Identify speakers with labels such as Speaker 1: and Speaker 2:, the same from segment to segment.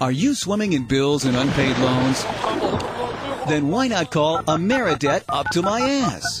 Speaker 1: Are you swimming in bills and unpaid loans? Then why not call Ameridebt Up to My Ass?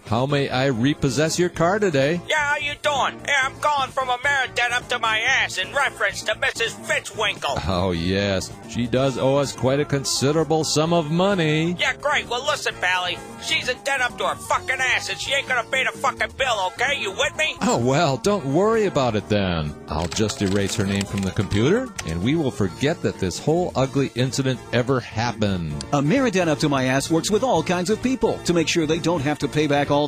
Speaker 2: How may I repossess your car today?
Speaker 3: Yeah, how you doing? Hey, I'm calling from Ameridebt up to my ass in reference to Mrs. Fitzwinkle.
Speaker 2: Oh, yes. She does owe us quite a considerable sum of money.
Speaker 3: Yeah, great. Well, listen, Pally. She's a dead up to her fucking ass, and she ain't gonna pay the fucking bill, okay? You with me?
Speaker 2: Oh, well, don't worry about it then. I'll just erase her name from the computer, and we will forget that this whole ugly incident ever happened.
Speaker 1: Ameridebt Up to My Ass works with all kinds of people to make sure they don't have to pay back all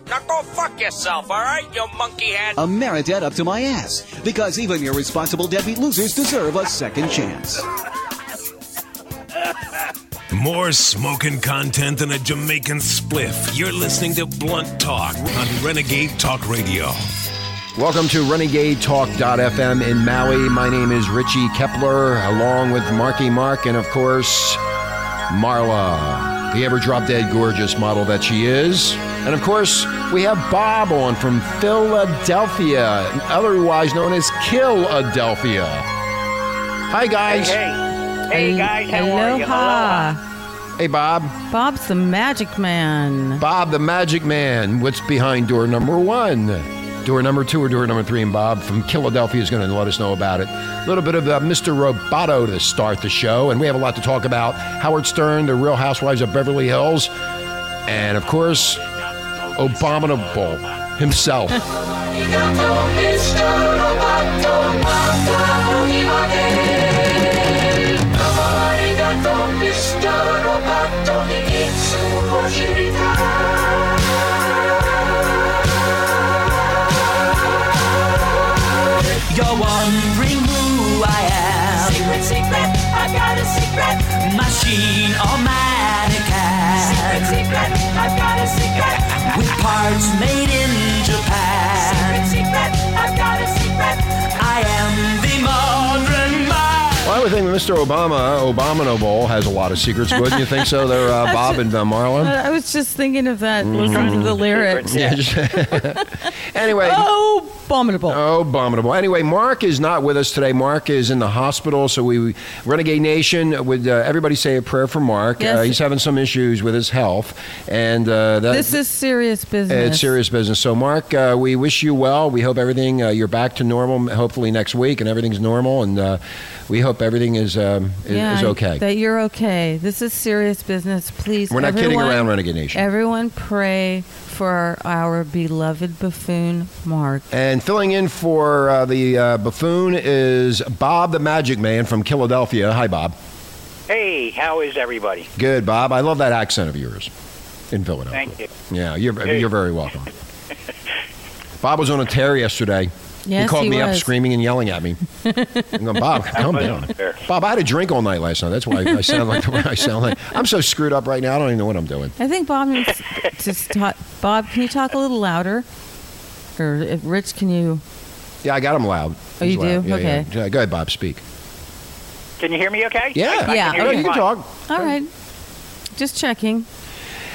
Speaker 3: Now go fuck yourself, all right, you monkey head?
Speaker 1: Oh, Ameridebt Up to My Ass, because even irresponsible deadbeat losers deserve a second chance.
Speaker 4: More smoking content than a Jamaican spliff. You're listening to Blunt Talk on Renegade Talk Radio.
Speaker 5: Welcome to RenegadeTalk.fm in Maui. My name is Richie Kepler, along with Marky Mark, and of course, Marla, the ever drop dead gorgeous model that she is. And of course, we have Bob on from Philadelphia, otherwise known as Killadelphia. Hi, guys.
Speaker 6: Hey, hey guys, how are you?
Speaker 7: Aloha.
Speaker 5: Hey, Bob.
Speaker 7: Bob's the magic man.
Speaker 5: Bob the Magic Man. What's behind door number one? Door number two or door number three? And Bob from Philadelphia is going to let us know about it. A little bit of uh, Mr. Roboto to start the show. And we have a lot to talk about. Howard Stern, The Real Housewives of Beverly Hills. And of course, Abominable himself.
Speaker 8: You're wondering who I am. Secret, secret, I've got a secret. Machine or mannequin. Secret, secret, I've got a secret. With parts made in Japan. Secret, secret, I've got a secret. I am the modern man.
Speaker 5: Well, I would think Mr. Obama, uh, Abominable, has a lot of secrets, wouldn't you think so? There, uh, Bob and uh, Marlon.
Speaker 7: I was just thinking of that, listening to the lyrics.
Speaker 5: Mm-hmm. Yeah. just- anyway.
Speaker 7: Oh, abominable.
Speaker 5: Oh, abominable. Anyway, Mark is not with us today. Mark is in the hospital, so we Renegade Nation would uh, everybody say a prayer for Mark.
Speaker 7: Yes.
Speaker 5: Uh, he's having some issues with his health, and uh, that,
Speaker 7: this is serious business.
Speaker 5: it's serious business. So, Mark, uh, we wish you well. We hope everything uh, you're back to normal. Hopefully next week, and everything's normal, and uh, we hope everything is um, is,
Speaker 7: Yeah,
Speaker 5: is okay.
Speaker 7: That you're okay. This is serious business. Please,
Speaker 5: We're not kidding
Speaker 7: everyone-
Speaker 5: around, Renegade Nation.
Speaker 7: Everyone, pray for our beloved buffoon Mark.
Speaker 5: and filling in for uh, the uh, buffoon is Bob the Magic Man from Philadelphia. Hi, Bob.
Speaker 6: Hey, how is everybody?
Speaker 5: Good, Bob. I love that accent of yours in Philadelphia.
Speaker 6: Thank you.
Speaker 5: Yeah, you're
Speaker 6: Hey.
Speaker 5: you're very welcome. Bob was on a tear yesterday.
Speaker 7: Yes,
Speaker 5: he called
Speaker 7: he
Speaker 5: me up
Speaker 7: was.
Speaker 5: screaming and yelling at me. I'm going, Bob, calm
Speaker 6: was
Speaker 5: down.
Speaker 6: on a tear.
Speaker 5: Bob, I had a drink all night last night. That's why I, I sound like the way I sound. Like I'm so screwed up right now. I don't even know what I'm doing.
Speaker 7: I think Bob needs to talk. Bob, can you talk a little louder? Or uh, Rich, can you?
Speaker 5: Yeah, I got him loud.
Speaker 7: Oh,
Speaker 5: He's
Speaker 7: you do?
Speaker 5: loud. Yeah,
Speaker 7: Okay.
Speaker 5: Yeah. Yeah, Go ahead, Bob. Speak.
Speaker 6: Can you hear me okay?
Speaker 5: Yeah.
Speaker 6: I, I
Speaker 7: Yeah.
Speaker 6: Can hear
Speaker 5: Oh,
Speaker 6: you
Speaker 5: you can
Speaker 6: fine.
Speaker 5: talk.
Speaker 7: All right. Just checking.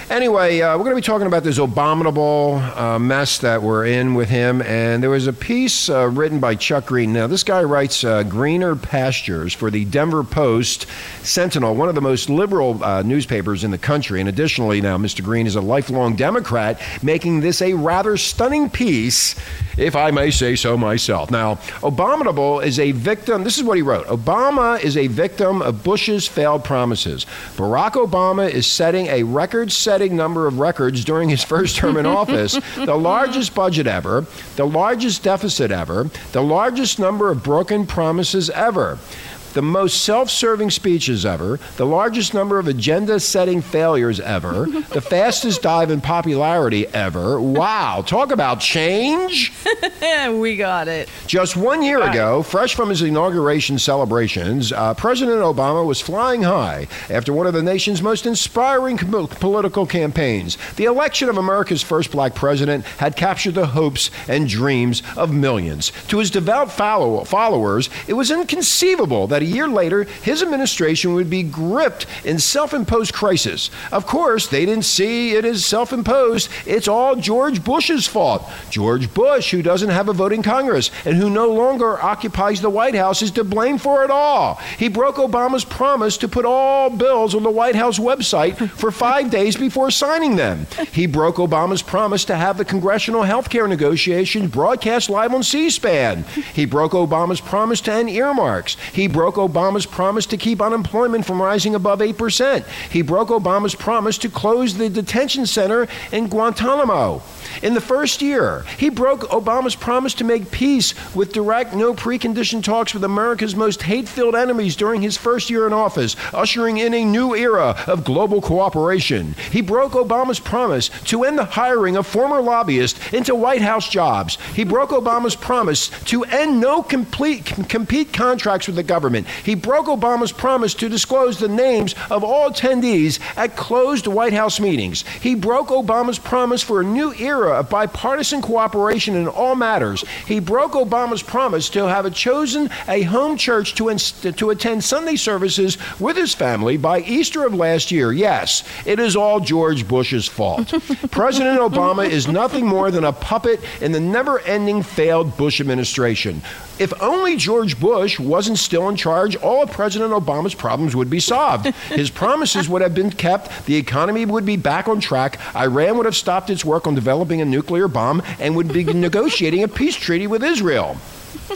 Speaker 5: Anyway, uh, we're going to be talking about this abominable uh, mess that we're in with him. And there was a piece uh, written by Chuck Green. Now, this guy writes uh, Greener Pastures for the Denver Post Sentinel, one of the most liberal uh, newspapers in the country. And additionally, now, Mr. Green is a lifelong Democrat, making this a rather stunning piece, if I may say so myself. Now, Abominable is a victim. This is what he wrote Obama is a victim of Bush's failed promises. Barack Obama is setting a record setting number of records during his first term in office the largest budget ever, the largest deficit ever, the largest number of broken promises ever the most self serving speeches ever, the largest number of agenda setting failures ever, the fastest dive in popularity ever. Wow, talk about change!
Speaker 9: we got it.
Speaker 5: Just one year ago, fresh from his inauguration celebrations, uh, President Obama was flying high after one of the nation's most inspiring com- political campaigns. The election of America's first black president had captured the hopes and dreams of millions. To his devout follow- followers, it was inconceivable that a year later, his administration would be gripped in self imposed crisis. Of course, they didn't see it as self imposed. It's all George Bush's fault. George Bush, who doesn't have a vote in Congress and who no longer occupies the White House, is to blame for it all. He broke Obama's promise to put all bills on the White House website for five days before signing them. He broke Obama's promise to have the congressional health care negotiations broadcast live on C SPAN. He broke Obama's promise to end earmarks. He broke Obama's promise to keep unemployment from rising above 8%. He broke Obama's promise to close the detention center in Guantanamo. In the first year, he broke Obama's promise to make peace with direct, no preconditioned talks with America's most hate filled enemies during his first year in office, ushering in a new era of global cooperation. He broke Obama's promise to end the hiring of former lobbyists into White House jobs. He broke Obama's promise to end no complete, com- compete contracts with the government. He broke Obama's promise to disclose the names of all attendees at closed White House meetings. He broke Obama's promise for a new era of bipartisan cooperation in all matters. He broke Obama's promise to have chosen a home church to, inst- to attend Sunday services with his family by Easter of last year. Yes, it is all George Bush's fault. President Obama is nothing more than a puppet in the never ending failed Bush administration. If only George Bush wasn't still in charge, all of President Obama's problems would be solved. His promises would have been kept, the economy would be back on track, Iran would have stopped its work on developing a nuclear bomb, and would be negotiating a peace treaty with Israel.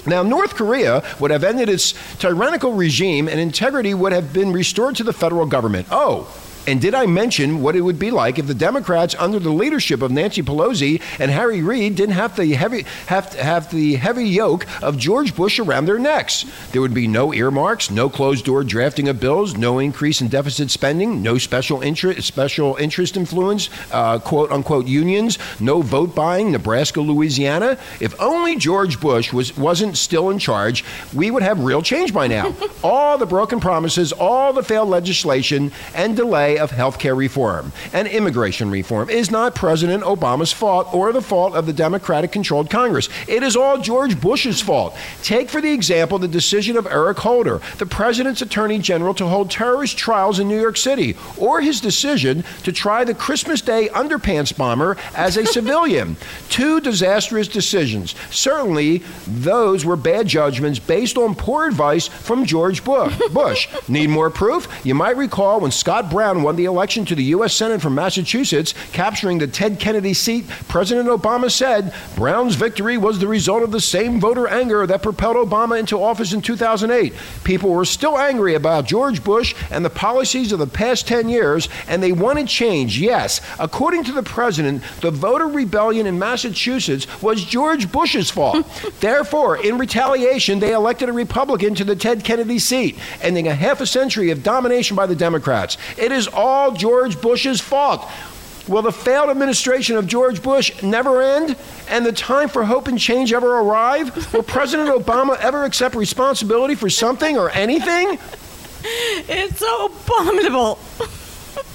Speaker 5: Now, North Korea would have ended its tyrannical regime and integrity would have been restored to the federal government. Oh, and did I mention what it would be like if the Democrats, under the leadership of Nancy Pelosi and Harry Reid, didn't have the heavy have, have the heavy yoke of George Bush around their necks? There would be no earmarks, no closed door drafting of bills, no increase in deficit spending, no special interest special interest influence, uh, quote unquote unions, no vote buying, Nebraska, Louisiana. If only George Bush was wasn't still in charge, we would have real change by now. all the broken promises, all the failed legislation, and delay of health care reform and immigration reform is not President Obama's fault or the fault of the Democratic controlled Congress. It is all George Bush's fault. Take, for the example, the decision of Eric Holder, the president's attorney general, to hold terrorist trials in New York City, or his decision to try the Christmas Day underpants bomber as a civilian. Two disastrous decisions. Certainly, those were bad judgments based on poor advice from George Bush. Bush. Need more proof? You might recall when Scott Brown won the election to the U.S. Senate from Massachusetts, capturing the Ted Kennedy seat, President Obama said Brown's victory was the result of the same voter anger that propelled Obama into office in 2008. People were still angry about George Bush and the policies of the past 10 years, and they wanted change. Yes, according to the president, the voter rebellion in Massachusetts was George Bush's fault. Therefore, in retaliation, they elected a Republican to the Ted Kennedy seat, ending a half a century of domination by the Democrats. It is is all George Bush's fault. Will the failed administration of George Bush never end and the time for hope and change ever arrive? Will President Obama ever accept responsibility for something or anything?
Speaker 9: It's so abominable.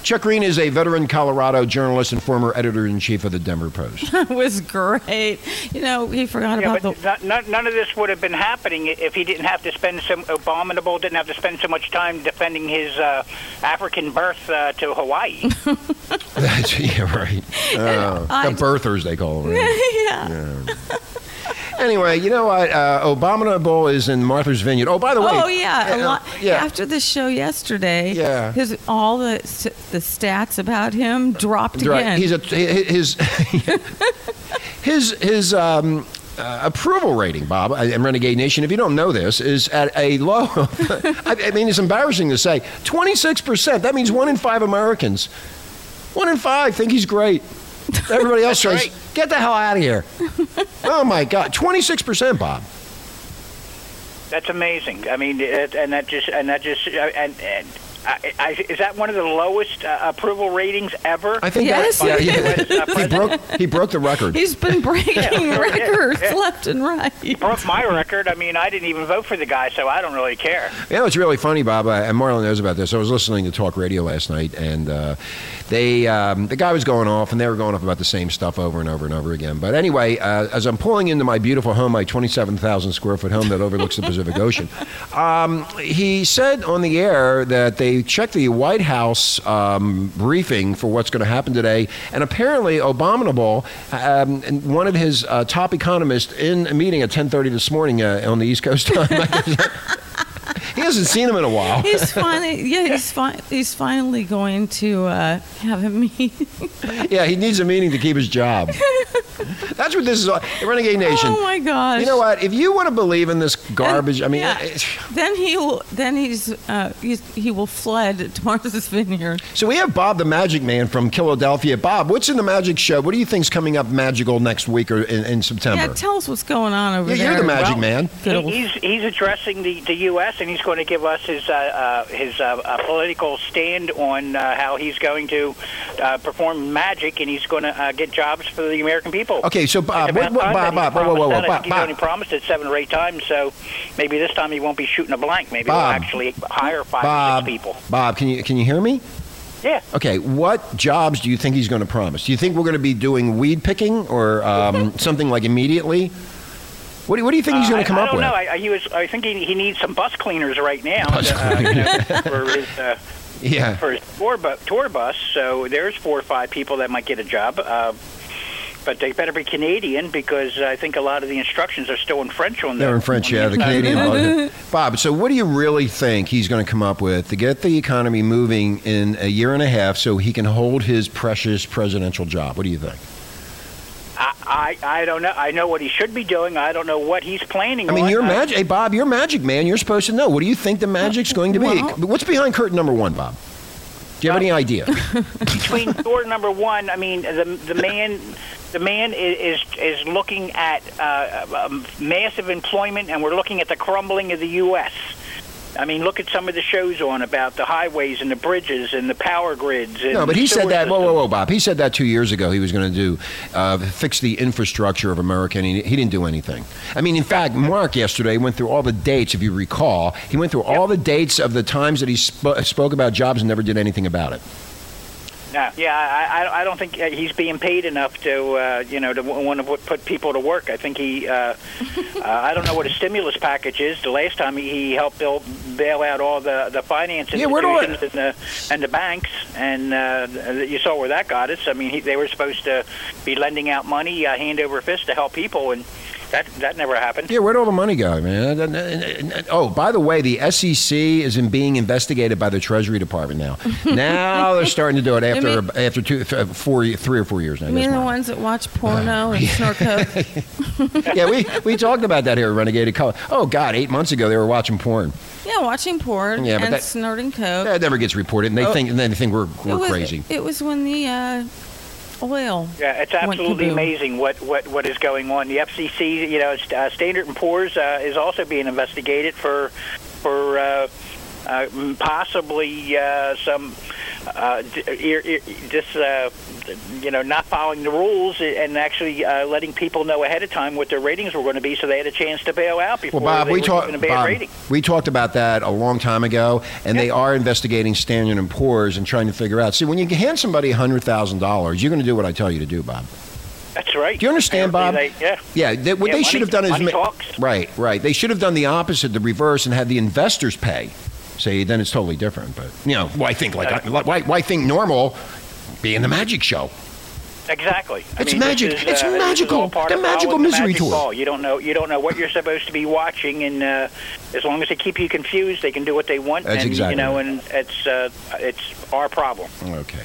Speaker 5: Chuck Green is a veteran Colorado journalist and former editor in chief of the Denver Post.
Speaker 9: That was great. You know, he forgot
Speaker 7: Yeah,
Speaker 9: about
Speaker 7: but
Speaker 9: the.
Speaker 7: no- no- none of this would have been happening if he didn't have to spend some abominable didn't have to spend so much time defending his uh, African birth uh, to Hawaii.
Speaker 5: That's, yeah, right. Oh,
Speaker 9: I-
Speaker 5: the birthers, they call them. right?
Speaker 9: yeah.
Speaker 5: Anyway, you know what? Uh, Abominable is in Martha's Vineyard. Oh, by the way.
Speaker 9: Oh yeah, a
Speaker 5: uh,
Speaker 9: lot.
Speaker 5: yeah.
Speaker 9: After the show yesterday,
Speaker 5: Yeah.
Speaker 9: his all the s- the stats about him dropped
Speaker 5: Right.
Speaker 9: again.
Speaker 5: He's a his his his um, uh, approval rating, Bob, and Renegade Nation. If you don't know this, is at a low. I, I mean, it's embarrassing to say. Twenty six percent. That means one in five Americans. One in five think he's great. Everybody else says, "Get the hell out of here." oh my God, twenty six percent, Bob.
Speaker 7: That's amazing. I mean, it, and that just and that just uh, and and I, I, is that one of the lowest uh, approval ratings ever?
Speaker 5: I think
Speaker 9: Yes,
Speaker 5: that uh,
Speaker 9: it
Speaker 7: is.
Speaker 5: he broke he broke the record.
Speaker 9: He's been breaking
Speaker 7: Yeah.
Speaker 9: records
Speaker 7: Yeah.
Speaker 9: left and right.
Speaker 7: broke my record. I mean, I didn't even vote for the guy, so I don't really care.
Speaker 5: You know, it's really funny, Bob, uh, and Marlon knows about this. I was listening to talk radio last night, and uh, they um, the guy was going off, and they were going off about the same stuff over and over and over again. But anyway, uh, as I'm pulling into my beautiful home, my 27,000 square foot home that overlooks the Pacific Ocean, um, he said on the air that they checked the White House um, briefing for what's going to happen today, and apparently, Abominable um, and wanted his uh, top economist in a meeting at 10:30 this morning uh, on the East Coast time. He hasn't seen him in a while.
Speaker 9: He's finally, yeah, he's fi- he's finally going to uh, have a meeting.
Speaker 5: yeah, he needs a meaning to keep his job. That's what this is all. Renegade Nation.
Speaker 9: Oh my gosh!
Speaker 5: You know what? If you want to believe in this garbage, I mean,
Speaker 9: Yeah.
Speaker 5: it-
Speaker 9: then he will. Then he's, uh, he's he will fled to Martha's Vineyard.
Speaker 5: so we have Bob the Magic Man from Philadelphia. Bob, what's in the Magic Show? What do you think's coming up magical next week or in, in
Speaker 9: Yeah,
Speaker 5: September?
Speaker 9: tell us what's going on over
Speaker 5: Yeah,
Speaker 9: there.
Speaker 5: you're the Magic Man.
Speaker 9: Good old-
Speaker 7: He- He's he's addressing the, the U.S. and he's going to give us his uh, uh, his uh, uh, political stand on uh, how he's going to uh, perform magic and he's going to uh, get jobs for the American people.
Speaker 5: Okay, so Bob,
Speaker 7: It's
Speaker 5: what-
Speaker 7: about
Speaker 5: what- Bob,
Speaker 7: time that he
Speaker 5: Bob, whoa, whoa, whoa,
Speaker 7: promised that. I
Speaker 5: Bob,
Speaker 7: think he's
Speaker 5: Bob.
Speaker 7: only promised it seven or eight times, so maybe this time he won't be shooting a blank. Maybe
Speaker 5: Bob.
Speaker 7: he'll actually hire five
Speaker 5: Bob,
Speaker 7: or six people.
Speaker 5: Bob, can you can you hear me?
Speaker 7: Yeah.
Speaker 5: Okay, what jobs do you think he's going to promise? Do you think we're going to be doing weed picking or um, something like immediately? What do, what do you think he's
Speaker 7: Uh,
Speaker 5: going
Speaker 7: I,
Speaker 5: to come
Speaker 7: I
Speaker 5: up
Speaker 7: don't
Speaker 5: with?
Speaker 7: know. I, I, he was, I think he, he needs some bus cleaners right now
Speaker 5: Bus
Speaker 7: uh, you know, for his uh,
Speaker 5: Yeah.
Speaker 7: for his tour, bu- tour bus. So there's four or five people that might get a job. Uh, but they better be Canadian because I think a lot of the instructions are still in French on Uh,
Speaker 5: They're
Speaker 7: the
Speaker 5: in French,
Speaker 7: on
Speaker 5: yeah, the
Speaker 7: inside.
Speaker 5: Canadian budget. Bob, so what do you really think he's going to come up with to get the economy moving in a year and a half so he can hold his precious presidential job? What do you think?
Speaker 7: I, I I don't know. I know what he should be doing. I don't know what he's planning.
Speaker 5: I mean,
Speaker 7: on.
Speaker 5: you're
Speaker 7: I-
Speaker 5: magic. Hey, Bob, you're magic, man. You're supposed to know. What do you think the magic's going to be?
Speaker 9: Well-
Speaker 5: What's behind curtain number one, Bob? Do you have any idea?
Speaker 7: between door number one, I mean, the the man, the man i- is is looking at uh, um, massive employment, and we're looking at the crumbling of the U.S. I mean, look at some of the shows on about the highways and the bridges and the power grids. And
Speaker 5: No, but
Speaker 7: the
Speaker 5: he said
Speaker 7: sewer
Speaker 5: that. Whoa, whoa,
Speaker 7: system.
Speaker 5: whoa, Bob. He said that two years ago. He was going to do uh, fix the infrastructure of America, and he, he didn't do anything. I mean, in fact, Mark yesterday went through all the dates. If you recall, he went through all the dates of the times that he sp- spoke about jobs and never did anything about it.
Speaker 7: No, yeah, I, I I don't think uh, he's being paid enough to uh, you know to want to put people to work. I think he, uh, uh, I don't know what his stimulus package is. The last time he, he helped bail bail out all the the finance
Speaker 5: Yeah, where do I-
Speaker 7: institutions and the and the banks, and uh, you saw where that got us. I mean, he, they were supposed to be lending out money uh, hand over fist to help people, and that that never happened.
Speaker 5: Yeah, where'd all the money go, man? Oh, by the way, the SEC is in being investigated by the Treasury Department now. now they're starting to do it after
Speaker 9: mean-
Speaker 5: after two, f- four, three or four years now.
Speaker 9: You mean
Speaker 5: Yes,
Speaker 9: the
Speaker 5: Mark.
Speaker 9: ones that watch porno
Speaker 5: Uh,
Speaker 9: and snort coke?
Speaker 5: yeah, we, we talked about that here at Renegade Color. Oh, God, eight months ago they were watching porn.
Speaker 9: Yeah, watching porn
Speaker 5: Yeah, but
Speaker 9: and
Speaker 5: that-
Speaker 9: snorting coke.
Speaker 5: That never gets reported,
Speaker 7: Oh.
Speaker 5: and they think and they think we're, we're
Speaker 9: it was,
Speaker 5: crazy.
Speaker 9: It was when the uh, oil.
Speaker 7: Yeah, it's
Speaker 9: went
Speaker 7: absolutely
Speaker 9: kaboom.
Speaker 7: amazing what, what, what is going on. The FCC, you know, it's, uh, Standard and Poor's uh, is also being investigated for for uh, uh, possibly uh, some uh, d- ir- ir- just uh, you know not following the rules and actually uh, letting people know ahead of time what their ratings were going to be, so they had a chance to bail out before
Speaker 5: Well, Bob,
Speaker 7: they
Speaker 5: we
Speaker 7: were
Speaker 5: talked.
Speaker 7: given a bad
Speaker 5: Bob,
Speaker 7: rating.
Speaker 5: we talked about that a long time ago, and they are investigating Standard and Poor's and trying to figure out. See, when you hand somebody hundred thousand dollars, you're going to do what I tell you to do, Bob.
Speaker 7: That's right.
Speaker 5: Do you understand, Bob?
Speaker 7: Apparently they- yeah.
Speaker 5: Yeah. They, what
Speaker 7: Yeah,
Speaker 5: they
Speaker 7: money-
Speaker 5: should have done is
Speaker 7: money
Speaker 5: ma-
Speaker 7: talks.
Speaker 5: right, right. They should have done the opposite, the reverse, and had the investors pay. See, then it's totally different. But you know, why think like I- why why think normal? Being the magic show.
Speaker 7: Exactly.
Speaker 5: It's
Speaker 7: this
Speaker 5: magic.
Speaker 7: is, uh,
Speaker 5: It's
Speaker 7: this is
Speaker 5: magical.
Speaker 7: all part
Speaker 5: The
Speaker 7: of following
Speaker 5: magical
Speaker 7: the
Speaker 5: misery
Speaker 7: magic
Speaker 5: tour.
Speaker 7: ball. You don't know. You don't know what you're supposed to be watching, and uh, as long as they keep you confused, they can do what they want.
Speaker 5: That's
Speaker 7: and,
Speaker 5: exactly
Speaker 7: You know,
Speaker 5: right.
Speaker 7: and it's uh, it's our problem.
Speaker 5: Okay.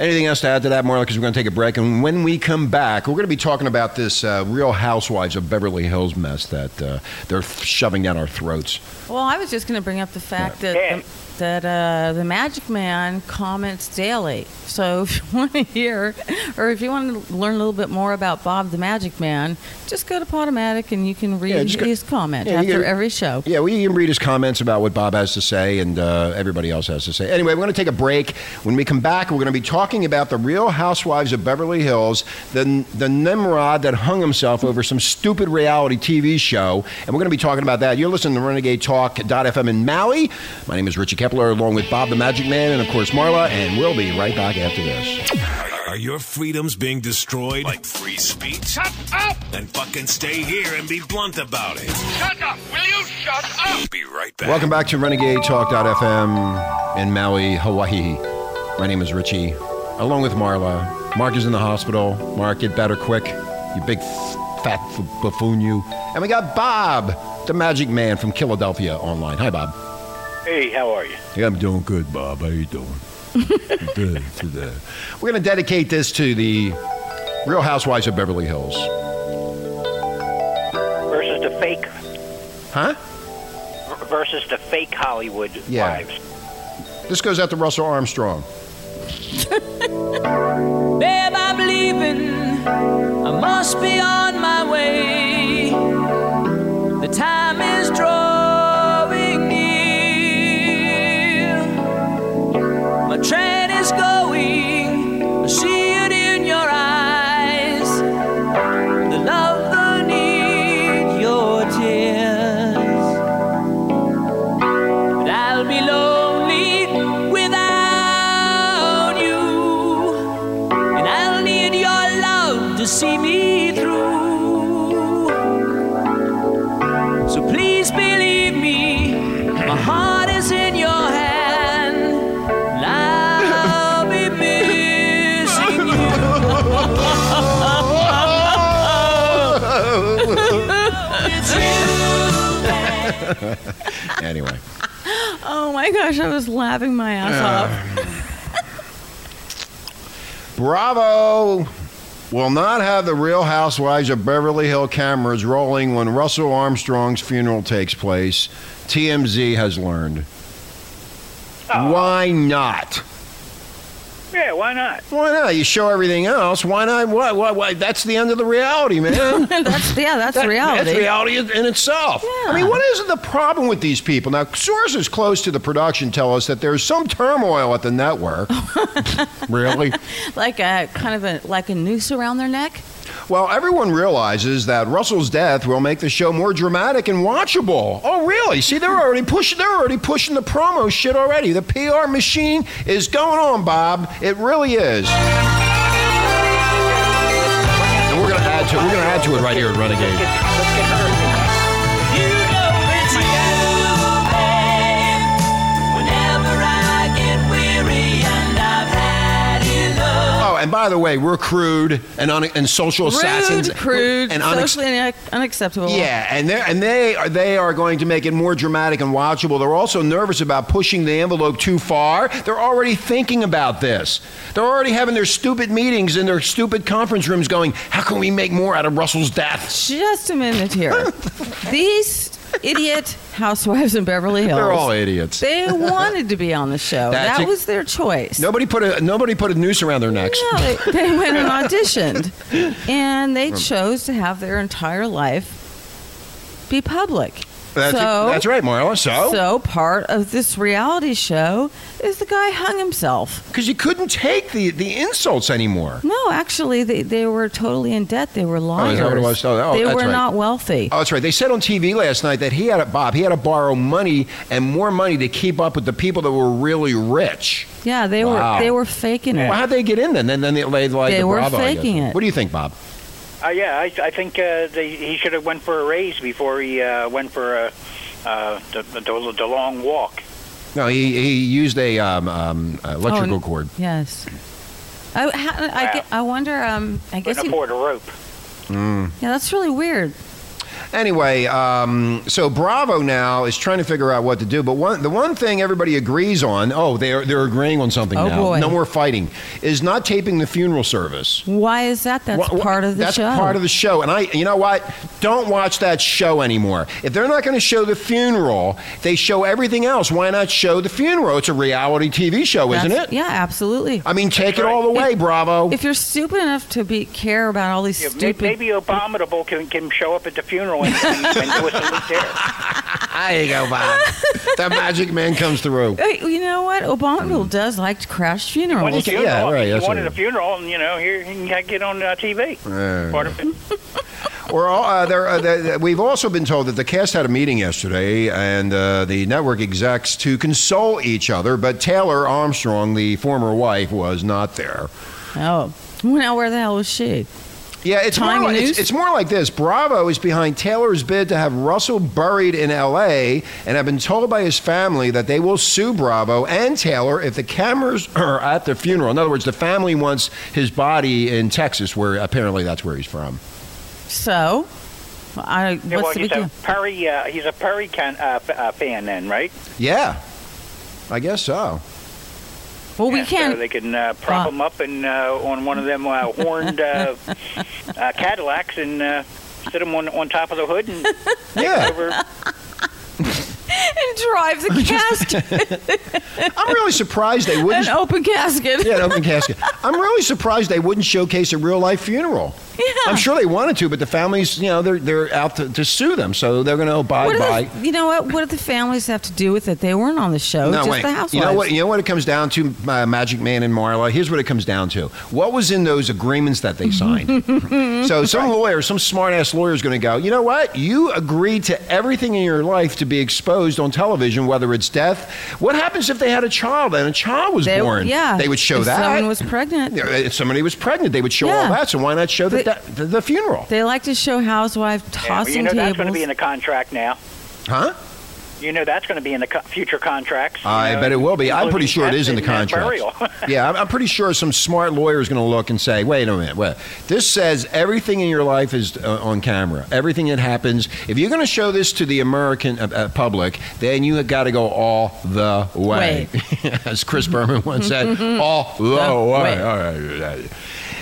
Speaker 5: Anything else to add to that, Marla? Because we're going to take a break, and when we come back, we're going to be talking about this uh, Real Housewives of Beverly Hills mess that uh, they're shoving down our throats.
Speaker 9: Well, I was just going to bring up the fact that
Speaker 7: Yeah.
Speaker 9: that uh, the Magic Man comments daily. So if you want to hear, or if you want to learn a little bit more about Bob the Magic Man, just go to Potomatic and you can read
Speaker 5: just go-
Speaker 9: his comment
Speaker 5: Yeah, you
Speaker 9: after
Speaker 5: can-
Speaker 9: every show.
Speaker 5: Yeah, well, you can read his comments about what Bob has to say and uh, everybody else has to say. Anyway, we're going to take a break. When we come back, we're going to be talking about the Real Housewives of Beverly Hills, the the Nimrod that hung himself over some stupid reality TV show, and we're going to be talking about that. You're listening to Renegade Talk.fm in Maui. My name is Richie Kepler, along with Bob the Magic Man and of course Marla, and we'll be right back after this.
Speaker 4: Are your freedoms being destroyed? Like free speech? Shut up! Then fucking stay here and be blunt about it. Shut up! Will you shut up? Be right back.
Speaker 5: Welcome back to Renegade Talk.fm in Maui, Hawaii. My name is Richie, along with Marla. Mark is in the hospital. Mark, get better quick, you big f- fat f- buffoon, you. And we got Bob, the magic man from Philadelphia online. Hi, Bob.
Speaker 7: Hey, how are you?
Speaker 5: Yeah, I'm doing good, Bob. How you doing? Good today. We're going to dedicate this to the Real Housewives of Beverly Hills.
Speaker 7: Versus the fake,
Speaker 5: Huh?
Speaker 7: versus the fake Hollywood
Speaker 5: Yeah.
Speaker 7: wives.
Speaker 5: This goes out to Russell Armstrong.
Speaker 8: Babe, I'm leaving. I must be on my way. The time is drawing near. My train is going. I see it in your eyes. The love, the need, your tears. But I'll be lonely without you. And I'll need your love to see me through. So please believe me, my heart is in your hand. And I'll be missing you. It's you that
Speaker 5: Anyway.
Speaker 9: Oh my gosh, I was laughing my ass off.
Speaker 5: Bravo will not have the Real Housewives of Beverly Hill cameras rolling when Russell Armstrong's funeral takes place. TMZ has learned. Why not?
Speaker 7: Yeah, why not?
Speaker 5: Why not? You show everything else. Why not? Why? Why? why? That's the end of the reality, man.
Speaker 9: that's yeah, that's
Speaker 5: That-
Speaker 9: reality.
Speaker 5: That's reality in itself. I mean, what is the problem with these people? Now, sources close to the production tell us that there's some turmoil at the network. really?
Speaker 9: Like a kind of a like a noose around their neck.
Speaker 5: Well, everyone realizes that Russell's death will make the show more dramatic and watchable. Oh, really? See, they're already pushing. They're already pushing the promo shit already. The PR machine is going on, Bob. It really is. And we're gonna add to. We're gonna add to it right here at Renegade.
Speaker 8: You know it's you, babe. Whenever I get weary and I've had enough.
Speaker 5: Oh, and by the way, we're crude and un- and social assassins.
Speaker 9: Rude, crude,
Speaker 5: and unex-
Speaker 9: socially unac- unacceptable.
Speaker 5: Yeah, and they and they are they are going to make it more dramatic and watchable. They're also nervous about pushing the envelope too far. They're already thinking about this. They're already having their stupid meetings in their stupid conference rooms going, "How can we make more out of Russell's death?"
Speaker 9: Just a minute here. These idiot housewives in Beverly Hills.
Speaker 5: They're all idiots.
Speaker 9: They wanted to be on the show.
Speaker 5: That's
Speaker 9: that
Speaker 5: a-
Speaker 9: was their choice.
Speaker 5: Nobody put a nobody put a noose around their necks.
Speaker 9: No, they, they went and auditioned, and they chose to have their entire life be public.
Speaker 5: That's,
Speaker 9: so,
Speaker 5: that's right, Marla. So?
Speaker 9: so part of this reality show is the guy hung himself.
Speaker 5: Because you couldn't take the, the insults anymore.
Speaker 9: No, actually, they, they were totally in debt. They were
Speaker 5: Oh, is
Speaker 9: liars.
Speaker 5: that what it was? Oh, oh,
Speaker 9: they
Speaker 5: that's
Speaker 9: were
Speaker 5: right.
Speaker 9: not wealthy.
Speaker 5: Oh, that's right. They said on TV last night that he had to, Bob, he had to borrow money and more money to keep up with the people that were really rich.
Speaker 9: yeah, they
Speaker 5: Wow.
Speaker 9: were they were faking it.
Speaker 5: Well, how'd they get in then? Then, then they laid like
Speaker 9: They
Speaker 5: the
Speaker 9: were
Speaker 5: Bravo, I guess.
Speaker 9: faking it.
Speaker 5: What do you think, Bob?
Speaker 7: Uh, yeah, I, I think uh, they, he should have went for a raise before he uh, went for uh, uh, the, the, the long walk.
Speaker 5: No, he, he used a um, um, electrical
Speaker 9: Oh,
Speaker 5: cord.
Speaker 9: Yes. I, how, I,
Speaker 7: Wow.
Speaker 9: get- I wonder. Um, I guess.
Speaker 7: Couldn't
Speaker 9: He,
Speaker 7: afford a rope.
Speaker 5: Mm.
Speaker 9: yeah, that's really weird.
Speaker 5: Anyway, um, so Bravo now is trying to figure out what to do. But one, the one thing everybody agrees on, oh, they're, they're agreeing on something
Speaker 9: Oh,
Speaker 5: now.
Speaker 9: boy.
Speaker 5: No more fighting. Is not taping the funeral service.
Speaker 9: Why is that? That's
Speaker 5: Wha- wha-
Speaker 9: part of the
Speaker 5: that's
Speaker 9: show.
Speaker 5: part of the show. And I, you know what? Don't watch that show anymore. If they're not going to show the funeral, they show everything else. Why not show the funeral? It's a reality TV show, isn't
Speaker 9: That's-
Speaker 5: it?
Speaker 9: Yeah, absolutely.
Speaker 5: I mean, take it all the way,
Speaker 9: If-
Speaker 5: Bravo.
Speaker 9: If you're stupid enough to be care about all these
Speaker 7: Yeah, may-
Speaker 9: stupid,
Speaker 7: maybe Abominable can, can show up at the funeral and, and, and do a salute there.
Speaker 5: there you go, Bob. that magic man comes through.
Speaker 9: Hey, you know what? Obama
Speaker 5: Mm.
Speaker 9: does like to crash
Speaker 7: Wanted a
Speaker 9: funerals.
Speaker 5: Okay, yeah,
Speaker 7: funeral.
Speaker 5: right,
Speaker 7: He
Speaker 5: that's
Speaker 7: wanted
Speaker 5: right.
Speaker 7: a funeral, and you know, here he can get on uh, TV.
Speaker 5: Yeah.
Speaker 7: Part of it.
Speaker 5: We're all, uh, there, uh, there, there- we've also been told that the cast had a meeting yesterday and uh, the network execs to console each other, but Taylor Armstrong, the former wife, was not there.
Speaker 9: Oh, well, now where the hell was she?
Speaker 5: Yeah, it's more,
Speaker 9: Time
Speaker 5: like, it's,
Speaker 9: news?
Speaker 5: it's more like this. Bravo is behind Taylor's bid to have Russell buried in L.A., and I've been told by his family that they will sue Bravo and Taylor if the cameras are at the funeral. In other words, the family wants his body in Texas, where apparently that's where he's from.
Speaker 9: So, I what's
Speaker 7: Yeah, well,
Speaker 9: the
Speaker 7: he's
Speaker 9: big
Speaker 7: a
Speaker 9: deal?
Speaker 7: Perry. Uh, he's a Perry can, uh, f- uh, fan, then, right?
Speaker 5: Yeah, I guess so.
Speaker 9: Well, we
Speaker 7: Yeah,
Speaker 9: can't.
Speaker 7: So they can uh, prop
Speaker 9: Uh,
Speaker 7: him up and uh, on one of them uh, horned uh, uh, Cadillacs and uh, sit him on on top of the hood and
Speaker 5: Yeah.
Speaker 7: over.
Speaker 9: and drive the casket,
Speaker 5: I'm really surprised they wouldn't.
Speaker 9: an open casket.
Speaker 5: Yeah, an open casket. I'm really surprised they wouldn't showcase a real life funeral.
Speaker 9: Yeah.
Speaker 5: I'm sure they wanted to, but the families, you know, they're they're out to, to sue them, so they're going to
Speaker 9: What
Speaker 5: abide
Speaker 9: do
Speaker 5: by.
Speaker 9: the, you know what? What do the families have to do with it? They weren't on the show. Oh, just the housewives.
Speaker 5: You know what? You know what it comes down to, uh, Magic Man and Marla. Here's what it comes down to: what was in those agreements that they signed? so some lawyer, some smart ass lawyer, is going to go. You know what? You agreed to everything in your life to be exposed on television, whether it's death. What happens if they had a child and a child was
Speaker 9: They-
Speaker 5: born?
Speaker 9: yeah.
Speaker 5: they would show
Speaker 9: If
Speaker 5: that.
Speaker 9: someone was pregnant.
Speaker 5: Yeah, If somebody was pregnant, they would show all
Speaker 9: Yeah.
Speaker 5: that. So why not show the,
Speaker 9: They-
Speaker 5: de- the, the funeral?
Speaker 9: They like to show housewife
Speaker 7: Yeah, well,
Speaker 9: tossing
Speaker 7: you know that's going to
Speaker 9: tables.
Speaker 7: be in the contract now.
Speaker 5: huh?
Speaker 7: You know that's going to be in the co- future contracts. you
Speaker 5: I
Speaker 7: know,
Speaker 5: bet it will be. I'm pretty
Speaker 7: including
Speaker 5: sure it is in the
Speaker 7: death and, uh,
Speaker 5: contract.
Speaker 7: burial.
Speaker 5: yeah, I'm, I'm pretty sure some smart lawyer is going to look and say, "Wait a minute, wait. This says everything in your life is uh, on camera. Everything that happens. If you're going to show this to the American uh, uh, public, then you have got to go all the way." As Chris Berman once said, "All the way."
Speaker 9: way.
Speaker 5: All right.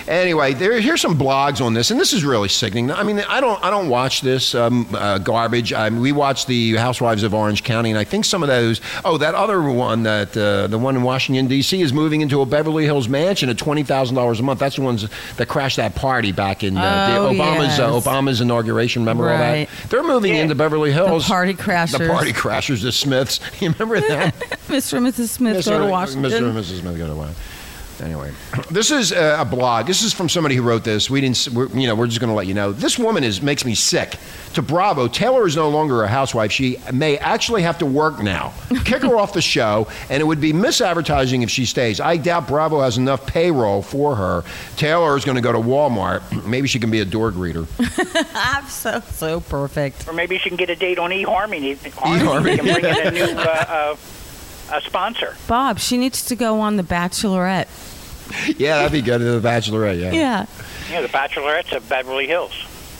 Speaker 5: Anyway, there, here's some blogs on this, and this is really sickening. I mean, I don't, I don't watch this um, uh, garbage. I mean, we watch the Housewives of Orange County, and I think some of those. Oh, that other one, that uh, the one in Washington D.C. is moving into a Beverly Hills mansion at twenty thousand dollars a month. That's the ones that crashed that party back in uh,
Speaker 9: Oh,
Speaker 5: the Obama's uh,
Speaker 9: yes.
Speaker 5: Obama's inauguration. Remember
Speaker 9: Right.
Speaker 5: all that? They're moving
Speaker 7: Yeah.
Speaker 5: into Beverly Hills.
Speaker 9: party
Speaker 5: The
Speaker 9: crashers.
Speaker 5: party crashers. The Smiths. You remember that?
Speaker 9: Mr. and Mrs. Smith go to Washington.
Speaker 5: Mr. and Mrs. Smith go to Washington. Anyway, this is uh, a blog. This is from somebody who wrote this. We didn't, s- we're, you know, we're just going to let you know. This woman is makes me sick. To Bravo, Taylor is no longer a housewife. She may actually have to work now. Kick her off the show, and it would be misadvertising if she stays. I doubt Bravo has enough payroll for her. Taylor is going to go to Walmart. Maybe she can be a door greeter.
Speaker 9: I'm so so perfect.
Speaker 7: Or maybe she can get a date on eHarmony.
Speaker 5: eHarmony.
Speaker 7: eHarmony can bring in a new uh, uh, a sponsor.
Speaker 9: Bob, she needs to go on The Bachelorette.
Speaker 5: yeah, that'd be good. The Bachelorette. Yeah.
Speaker 9: Yeah.
Speaker 7: Yeah, the Bachelorette's of Beverly Hills.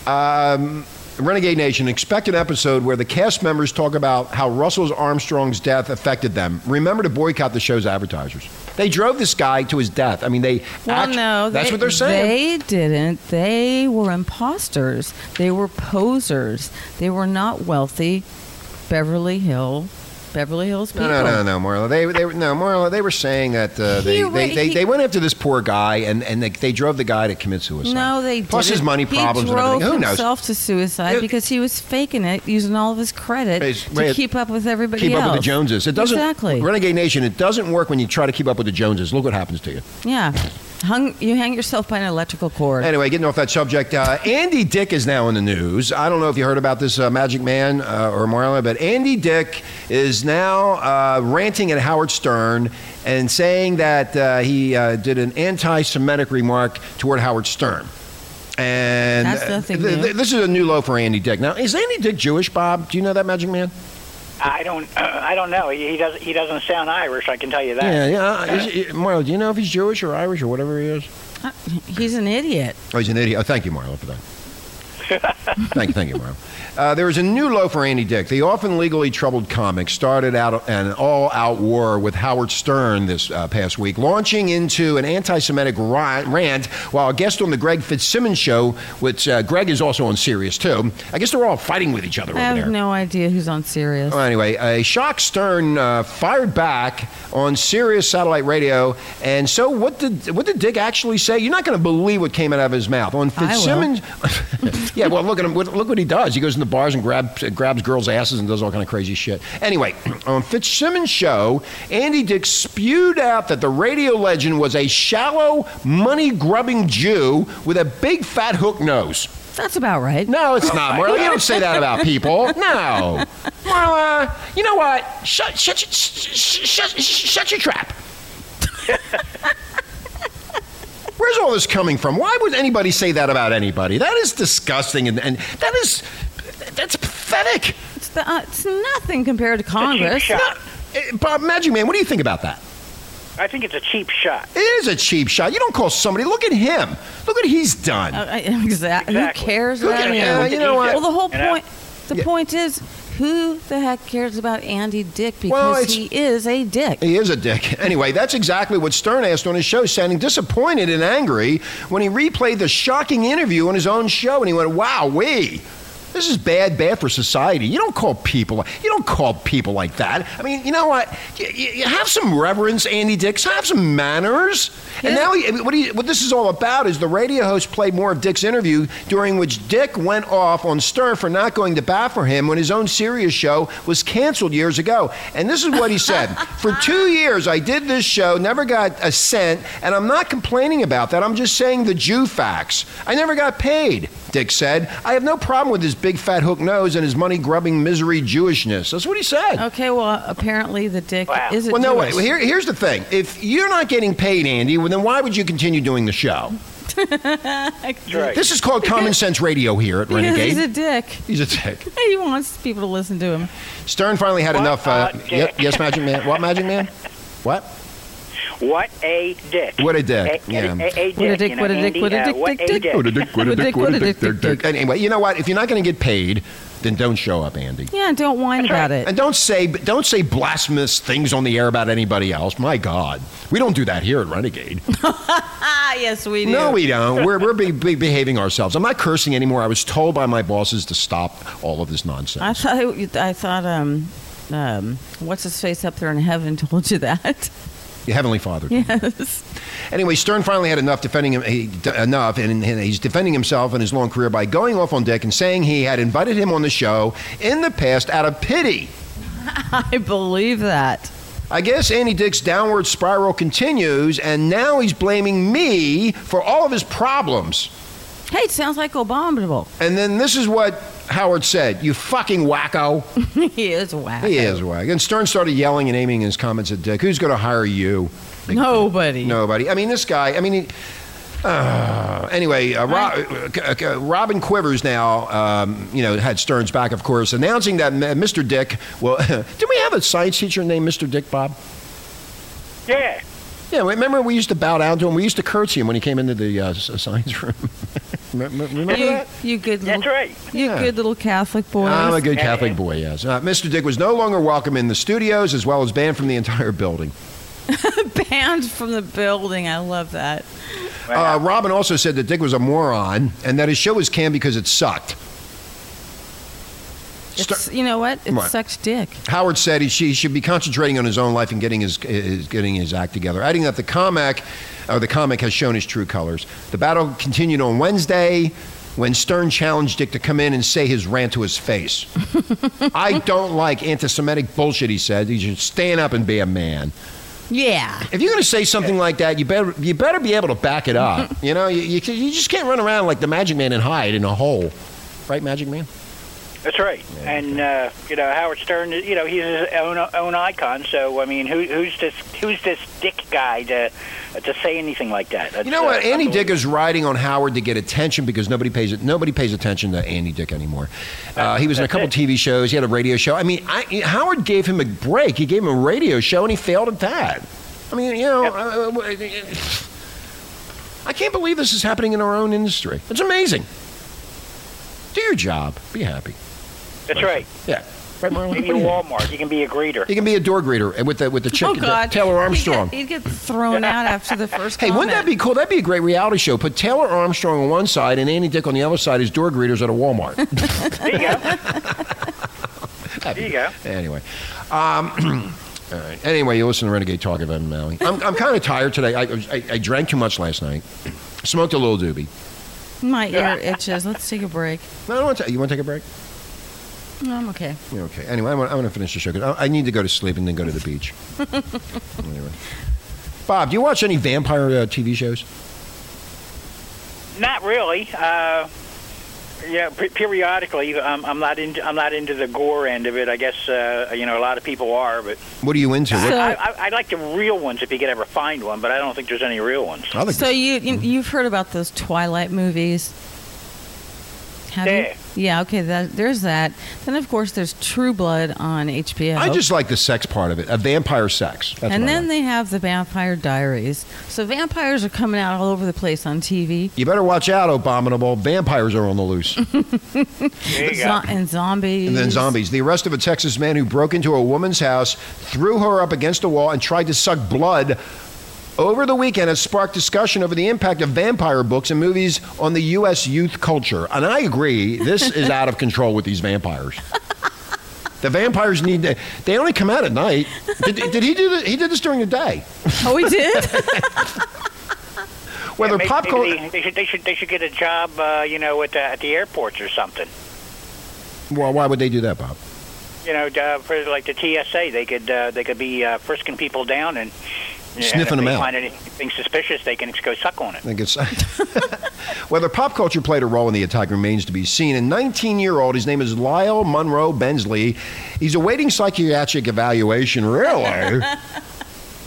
Speaker 5: Um, Renegade Nation, expect an episode where the cast members talk about how Russell Armstrong's death affected them. Remember to boycott the show's advertisers. They drove this guy to his death. I mean, they.
Speaker 9: Well,
Speaker 5: act-
Speaker 9: no,
Speaker 5: that's
Speaker 9: they-
Speaker 5: what they're saying.
Speaker 9: They didn't. They were imposters. They were posers. They were not wealthy Beverly Hill Beverly Hills
Speaker 5: No,
Speaker 9: people.
Speaker 5: no, no, no, Marla. They, they, were- no, Marla. They were saying that uh, they,
Speaker 9: He-
Speaker 5: they, they,
Speaker 9: he-
Speaker 5: they went after this poor guy and, and they, they drove the guy to commit suicide.
Speaker 9: No, they
Speaker 5: Plus
Speaker 9: didn't.
Speaker 5: his money problems
Speaker 9: He
Speaker 5: and
Speaker 9: drove
Speaker 5: everything. Who knows?
Speaker 9: himself to suicide
Speaker 5: Yeah.
Speaker 9: because he was faking it, using all of his credit
Speaker 5: It's-
Speaker 9: to
Speaker 5: right.
Speaker 9: keep up with everybody
Speaker 5: keep
Speaker 9: else.
Speaker 5: up with the Joneses. It doesn't
Speaker 9: exactly.
Speaker 5: Renegade Nation. It doesn't work when you try to keep up with the Joneses. Look what happens to you.
Speaker 9: Yeah, hung. You hang yourself by an electrical cord.
Speaker 5: Anyway, getting off that subject, uh, Andy Dick is now in the news. I don't know if you heard about this uh, Magic Man uh, or Marla, but Andy Dick is now uh, ranting at Howard Stern and saying that uh, he uh, did an anti-Semitic remark toward Howard Stern. And
Speaker 9: That's nothing
Speaker 5: th-
Speaker 9: new.
Speaker 5: th- this is a new low for Andy Dick. Now, is Andy Dick Jewish, Bob? Do you know that Magic Man?
Speaker 7: I don't. I don't know. He, he doesn't. He doesn't sound Irish. I can tell you that.
Speaker 5: Yeah, yeah. Is, he- Marla, do you know if he's Jewish or Irish or whatever he is?
Speaker 9: Uh, He's an idiot.
Speaker 5: Oh, he's an idiot. Oh, thank you, Marlo, for that. thank you, thank you, Marlo. Uh, there is a new low for Andy Dick. The often legally troubled comic started out an all-out war with Howard Stern this uh, past week, launching into an anti-Semitic ri- rant while a guest on the Greg Fitzsimmons show, which uh, Greg is also on Sirius too. I guess they're all fighting with each other
Speaker 9: I
Speaker 5: over
Speaker 9: have
Speaker 5: there.
Speaker 9: no idea who's on serious.
Speaker 5: Well, anyway, a shock Stern uh, fired back on Sirius Satellite Radio, and so what did what did Dick actually say? You're not going to believe what came out of his mouth on
Speaker 9: I will.
Speaker 5: Fitzsimmons. yeah, well, look at him. Look what he does. He goes in the bars and grabs grabs girls' asses and does all kind of crazy shit. Anyway, on Fitzsimmons' show, Andy Dick spewed out that the radio legend was a shallow, money grubbing Jew with a big fat hook nose.
Speaker 9: That's about right.
Speaker 5: No, it's not, Marla. You don't say that about people. No. Marla, you know what? Shut, shut, shut, shut, shut, shut your trap. Where's all this coming from? Why would anybody say that about anybody? That is disgusting and, and that is that's pathetic.
Speaker 9: It's, the, uh, it's nothing compared to Congress.
Speaker 7: shot.
Speaker 5: No, eh, Bob Magic Man, what do you think about that?
Speaker 7: I think it's a cheap shot.
Speaker 5: It is a cheap shot. You don't call somebody. Look at him. Look what he's done.
Speaker 9: Oh, exactly. Uh, Who
Speaker 7: Exactly.
Speaker 9: cares
Speaker 5: Who
Speaker 9: about
Speaker 5: cares?
Speaker 9: him?
Speaker 5: Yeah, you know what?
Speaker 9: Well, the whole
Speaker 7: You know?
Speaker 9: point. The
Speaker 5: Yeah.
Speaker 9: point is, who the heck cares about Andy Dick
Speaker 5: Well,
Speaker 9: because
Speaker 5: it's-
Speaker 9: he is a dick.
Speaker 5: He is a dick. Anyway, that's exactly what Stern asked on his show, sounding disappointed and angry when he replayed the shocking interview on his own show, and he went, "Wow, we." This is bad, bad for society. You don't call people. You don't call people like that. I mean, you know what? You, you, you have some reverence, Andy Dix. Have some manners. And now, he, what, he, what this is all about is the radio host played more of Dick's interview, during which Dick went off on Stern for not going to bat for him when his own serious show was canceled years ago. And this is what he said: For two years, I did this show, never got a cent, and I'm not complaining about that. I'm just saying the Jew facts. I never got paid. Dick said, I have no problem with his big fat hook nose and his money grubbing misery Jewishness. That's what he said.
Speaker 9: Okay, well, uh, apparently Oh, the dick
Speaker 7: Wow.
Speaker 9: isn't.
Speaker 5: Well, no way.
Speaker 9: Jewish.
Speaker 5: Well, Here, here's the thing. If you're not getting paid, Andy, well, then why would you continue doing the show?
Speaker 7: That's right.
Speaker 5: This is called common sense radio here at
Speaker 9: Because
Speaker 5: Renegade.
Speaker 9: he's a dick.
Speaker 5: He's a dick.
Speaker 9: He wants people to listen to him.
Speaker 5: Stern finally had
Speaker 7: What
Speaker 5: enough.
Speaker 7: a
Speaker 5: Uh,
Speaker 7: dick.
Speaker 5: ye- yes, Magic Man. What, Magic Man? What?
Speaker 7: What a dick.
Speaker 5: What a dick,
Speaker 7: A,
Speaker 5: yeah. Oh,
Speaker 7: a, a, a dick.
Speaker 9: What a dick,
Speaker 7: you know,
Speaker 9: what a
Speaker 7: Andy,
Speaker 9: dick, what a
Speaker 7: uh,
Speaker 9: dick,
Speaker 7: what
Speaker 9: dick, dick.
Speaker 7: a
Speaker 9: What What
Speaker 7: dick.
Speaker 9: a dick, what a dick, dick, dick.
Speaker 5: Anyway, you know what? If you're not going to get paid, then don't show up, Andy.
Speaker 9: Yeah, don't whine about it.
Speaker 5: And don't say don't say blasphemous things on the air about anybody else. My God, we don't do that here at Renegade.
Speaker 9: Ah, yes, we do.
Speaker 5: No, we don't. We're, we're be, be behaving ourselves. I'm not cursing anymore. I was told by my bosses to stop all of this
Speaker 9: I
Speaker 5: nonsense.
Speaker 9: thought. it- I thought. Um, um, what's his face up there in heaven told you that?
Speaker 5: Your Heavenly Father.
Speaker 9: yes.
Speaker 5: Anyway, Stern finally had enough defending him he, d- enough, and, and he's defending himself and his long career by going off on Dick and saying he had invited him on the show in the past out of pity.
Speaker 9: I believe that.
Speaker 5: I guess Andy Dick's downward spiral continues, and now he's blaming me for all of his problems.
Speaker 9: Hey, it sounds like abominable.
Speaker 5: And then this is what Howard said: "You fucking wacko."
Speaker 9: he is whack.
Speaker 5: He is wag. And Stern started yelling and aiming his comments at Dick. Who's going to hire you?
Speaker 9: Nobody.
Speaker 5: Nobody. I mean, this guy. I mean, he, uh, anyway, uh, Rob, uh, uh, Robin Quivers now, um, you know, had Stern's back, of course, announcing that M- Mr. Dick. Well, did we have a science teacher named Mr. Dick Bob?
Speaker 7: Yeah.
Speaker 5: Yeah, remember we used to bow down to him. We used to curtsy him when he came into the uh, s- science room. remember remember
Speaker 9: You,
Speaker 5: that?
Speaker 9: you good.
Speaker 7: That's
Speaker 9: little,
Speaker 7: right.
Speaker 9: You
Speaker 5: Yeah.
Speaker 9: good little Catholic boy.
Speaker 5: I'm a good
Speaker 7: Yeah,
Speaker 5: Catholic
Speaker 7: yeah.
Speaker 5: boy, yes. Uh, Mr. Dick was no longer welcome in the studios, as well as banned from the entire building.
Speaker 9: Banned from the building. I love that.
Speaker 5: Uh, Robin also said that Dick was a moron and that his show was canned because it sucked.
Speaker 9: It's, you know what? It
Speaker 5: Right.
Speaker 9: sucks dick.
Speaker 5: Howard said he, she should be concentrating on his own life and getting his, his getting his act together. Adding that the comic, or the comic has shown his true colors. The battle continued on Wednesday when Stern challenged Dick to come in and say his rant to his face. I don't like anti-Semitic bullshit. He said he should stand up and be a man.
Speaker 9: Yeah.
Speaker 5: If you're going to say something like that, you better you better be able to back it up. you know, you, you, you just can't run around like the Magic Man and hide in a hole, right, Magic Man?
Speaker 7: That's right. And uh, you know Howard Stern, you know he's his own own icon. So I mean, who, who's this who's this dick guy to to say anything like that? uh,
Speaker 5: You know what? Andy Dick is riding on Howard to get attention because nobody pays it. Nobody pays attention to Andy Dick anymore. Uh, he was in a couple TV shows. He had a radio show. I mean, I, Howard gave him a break. He gave him a radio show, and he failed at that. I mean, you know, uh, I can't believe this is happening in our own industry. It's amazing. Do your job. Be happy.
Speaker 7: That's right.
Speaker 5: Yeah. Right, Marla?
Speaker 7: Maybe a
Speaker 5: What do you-
Speaker 7: Walmart. You can be a greater.
Speaker 5: You can be a door greeter and with the with the chick,
Speaker 9: oh God,
Speaker 5: Taylor Armstrong.
Speaker 9: He'd get, he'd get thrown out after the first.
Speaker 5: Hey, wouldn't that
Speaker 9: comment.
Speaker 5: be cool? That'd be a great reality show. Put Taylor Armstrong on one side and Andy Dick on the other side as door greeters at a Walmart.
Speaker 7: There you go. there you go.
Speaker 5: anyway, um, all right. Anyway, you listen to Renegade Talk about Maui. I'm, I'm kind of tired today. I, I, I drank too much last night. Smoked a little doobie.
Speaker 9: My ear itches. Let's take a break.
Speaker 5: No, I want to, you want to take a break?
Speaker 9: No, I'm okay.
Speaker 5: Yeah, okay. Anyway, I want, I want to finish the show 'cause I, I need to go to sleep and then go to the beach. anyway. Bob, do you watch any vampire uh, TV shows?
Speaker 7: Not really. Uh, yeah, pe- periodically. Um, I'm not into. I'm not into the gore end of it. I guess uh, you know a lot of people are, but
Speaker 5: What are you into?
Speaker 7: I,
Speaker 9: So-
Speaker 7: I, I, I like the real ones if you could ever find one. But I don't think there's any real ones.
Speaker 5: I like
Speaker 9: So you, you you've heard about those Twilight movies? Have
Speaker 7: Yeah.
Speaker 9: You? Yeah. Okay. That, there's that. Then of course there's True Blood on HBO.
Speaker 5: I just like the sex part of it. A vampire sex. That's
Speaker 9: and
Speaker 5: what I
Speaker 9: then
Speaker 5: like.
Speaker 9: they have the Vampire Diaries. So vampires are coming out all over the place on TV.
Speaker 5: you better watch out, abominable. Vampires are on the loose.
Speaker 7: There you go.
Speaker 9: Zo- and zombies.
Speaker 5: and then zombies. The arrest of a Texas man who broke into a woman's house, threw her up against a wall, and tried to suck blood over the weekend has sparked discussion over the impact of vampire books and movies on the U.S. youth culture. And I agree, this is out of control with these vampires. The vampires need to, they only come out at night. Did, did he do this? He did this during the day.
Speaker 9: Oh, we did.
Speaker 5: Whether
Speaker 7: Yeah, may-
Speaker 5: pop
Speaker 7: maybe
Speaker 5: culture.
Speaker 7: They, they should. They should. They should get a job. Uh, you know, at the, at the airports or something.
Speaker 5: Well, why would they do that, Bob?
Speaker 7: You know, uh, for like the TSA, they could. Uh, they could be uh, frisking people down and. and if
Speaker 5: Sniffing 'em
Speaker 7: they
Speaker 5: out.
Speaker 7: Find anything suspicious, they can just go suck on it.
Speaker 5: I think it's whether pop culture played a role in the attack remains to be seen. A 19-year-old, his name is Lyle Monroe Bensley. He's awaiting psychiatric evaluation. Really?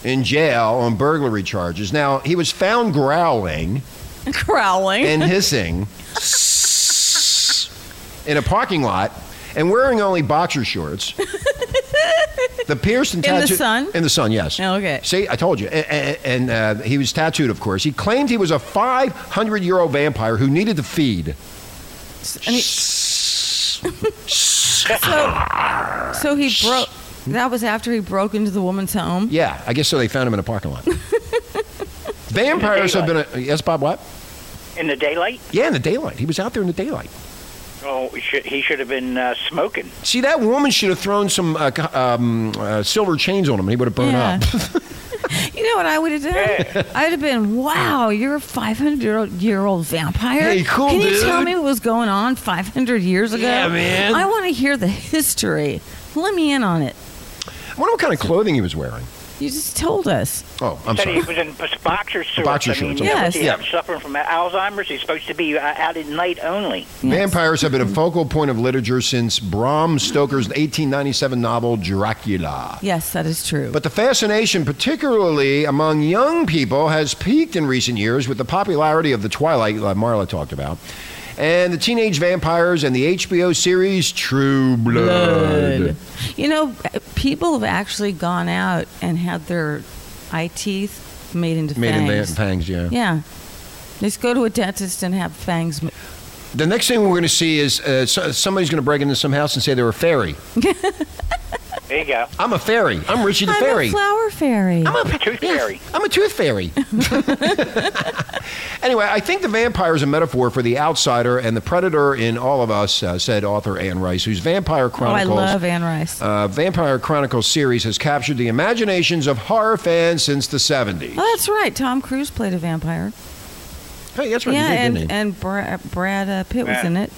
Speaker 5: in jail on burglary charges. Now he was found growling
Speaker 9: Growling.
Speaker 5: and hissing in a parking lot and wearing only boxer shorts. The pierced and
Speaker 9: In the
Speaker 5: tattooed
Speaker 9: sun?
Speaker 5: In the sun, yes.
Speaker 9: Oh, okay.
Speaker 5: See, I told you. And, and uh, he was tattooed, of course. He claimed he was a 500 year old vampire who needed to feed.
Speaker 9: And he- so, so he broke. That was after he broke into the woman's home.
Speaker 5: Yeah, I guess so. They found him in a parking lot. Vampires have been a yes, Bob. What?
Speaker 7: In the daylight,
Speaker 5: Yeah, in the daylight. He was out there in the daylight.
Speaker 7: oh, he should, he should have been uh, smoking.
Speaker 5: See, that woman should have thrown some uh, co- um, uh, silver chains on him. He would have burned
Speaker 9: Yeah.
Speaker 5: up.
Speaker 9: You know what I would have done? I'd have been, wow, you're a 500 year old, year old vampire.
Speaker 5: Hey, cool,
Speaker 9: Can you
Speaker 5: dude."
Speaker 9: tell me what was going on 500 years ago?
Speaker 5: Yeah, man.
Speaker 9: I want to hear the history. Let me in on it.
Speaker 5: I wonder what kind of clothing he was wearing.
Speaker 9: You just told us.
Speaker 5: Oh, I'm
Speaker 7: said
Speaker 5: sorry.
Speaker 7: he was in bus- boxer suits.
Speaker 5: Boxer
Speaker 7: I mean,
Speaker 5: shorts,
Speaker 7: you know,
Speaker 9: okay.
Speaker 7: was he
Speaker 5: Yes.
Speaker 7: yeah. suffering from Alzheimer's? He's supposed to be uh, out at night only.
Speaker 5: Vampires have been a focal point of literature since Bram Stoker's 1897 novel Dracula.
Speaker 9: Yes, that is true.
Speaker 5: But the fascination, particularly among young people, has peaked in recent years with the popularity of The Twilight, like Marla talked about, and the teenage vampires and the HBO series True Blood.
Speaker 9: you know, people have actually gone out and had their eye teeth made into
Speaker 5: Made in
Speaker 9: fangs.
Speaker 5: Van Fangs, yeah.
Speaker 9: Yeah. Just go to a dentist and have fangs. m-
Speaker 5: The next thing we're going to see is uh, so, somebody's going to break into some house and say they're a fairy.
Speaker 7: There you go.
Speaker 5: I'm a fairy. I'm Richie the
Speaker 9: I'm
Speaker 5: fairy.
Speaker 9: a flower fairy.
Speaker 5: I'm a
Speaker 7: Tooth
Speaker 5: yes,
Speaker 7: fairy.
Speaker 5: I'm a tooth fairy. Anyway, I think the vampire is a metaphor for the outsider and the predator in all of us, uh, said author Anne Rice, whose Vampire Chronicles.
Speaker 9: Oh, I love Anne Rice.
Speaker 5: uh, Vampire Chronicles series has captured the imaginations of horror fans since the 70s.
Speaker 9: oh, that's right. Tom Cruise played a vampire.
Speaker 5: Hey, that's right.
Speaker 9: yeah,
Speaker 5: Oh, he did,
Speaker 9: and
Speaker 5: didn't he?
Speaker 9: and Bra- Brad uh, Pitt was
Speaker 7: Yeah.
Speaker 9: in it.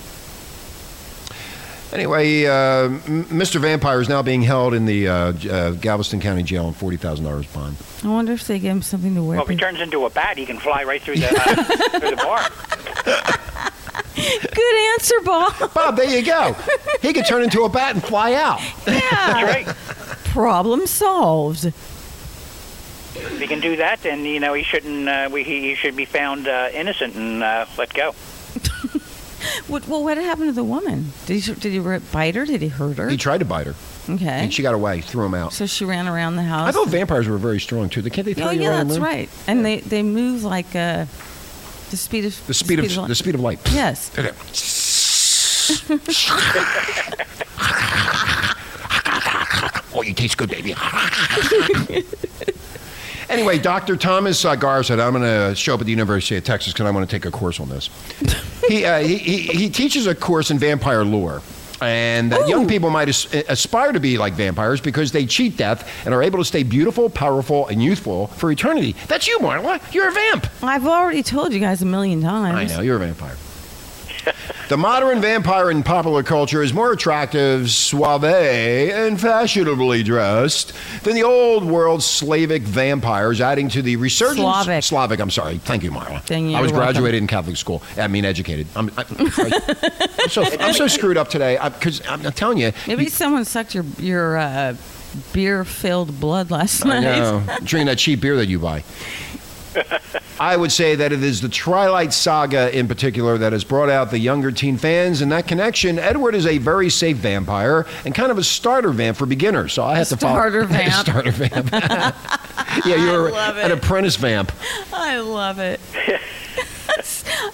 Speaker 5: Anyway, uh, M- Mr. Vampire is now being held in the uh, J- uh, Galveston County Jail on forty thousand dollars bond.
Speaker 9: I wonder if they gave him something to wear.
Speaker 7: Well, if he turns into a bat, he can fly right through the uh, through the bar.
Speaker 9: Good answer, Bob.
Speaker 5: Bob, there you go. he could turn into a bat and fly out.
Speaker 9: Yeah.
Speaker 7: That's right.
Speaker 9: Problem solved.
Speaker 7: If he can do that, then you know he shouldn't. Uh, we, he, he should be found uh, innocent and uh, let go.
Speaker 9: What, well, what happened to the woman? Did he, did he ri- bite her? Did he hurt her?
Speaker 5: He tried to bite her,
Speaker 9: Okay.
Speaker 5: and she got away. Threw him out.
Speaker 9: so she ran around the house.
Speaker 5: I thought vampires were very strong too. They can't they throw
Speaker 9: oh,
Speaker 5: you
Speaker 9: yeah,
Speaker 5: around
Speaker 9: that's
Speaker 5: the room?
Speaker 9: right. And they, they move like uh, the speed of
Speaker 5: The speed, of
Speaker 9: light.
Speaker 5: the speed of light.
Speaker 9: Yes.
Speaker 5: Okay. oh, you taste good, baby. anyway, Dr. Thomas uh, Gar said, I'm going to show up at the University of Texas because I want to take a course on this. he, uh, he, he, he teaches a course in vampire lore. And that young people might as- uh, aspire to be like vampires because they cheat death and are able to stay beautiful, powerful, and youthful for eternity. That's you, Marla. You're a vamp.
Speaker 9: I've already told you guys a million
Speaker 5: I
Speaker 9: times.
Speaker 5: know you're a vampire. the modern vampire in popular culture is more attractive, suave, and fashionably dressed than the old world Slavic vampires, adding to the resurgence.
Speaker 9: Slavic.
Speaker 5: Slavic. I'm sorry. Thank you, Marla.
Speaker 9: Thank you.
Speaker 5: I was
Speaker 9: You're welcome.
Speaker 5: graduated in Catholic school. I mean, educated. I'm, I, I'm so I'm so screwed up today because I'm, I'm telling you.
Speaker 9: Maybe
Speaker 5: you-
Speaker 9: someone sucked your your uh, beer filled blood last
Speaker 5: I
Speaker 9: night.
Speaker 5: know. Drinking that cheap beer that you buy. I would say that it is the Twilight Saga in particular that has brought out the younger teen fans. In that connection, Edward is a very safe vampire and kind of a starter vamp for beginners. So I have to follow.
Speaker 9: Starter vamp.
Speaker 5: starter vamp. yeah, you're
Speaker 9: love
Speaker 5: an
Speaker 9: it.
Speaker 5: apprentice vamp.
Speaker 9: I love it.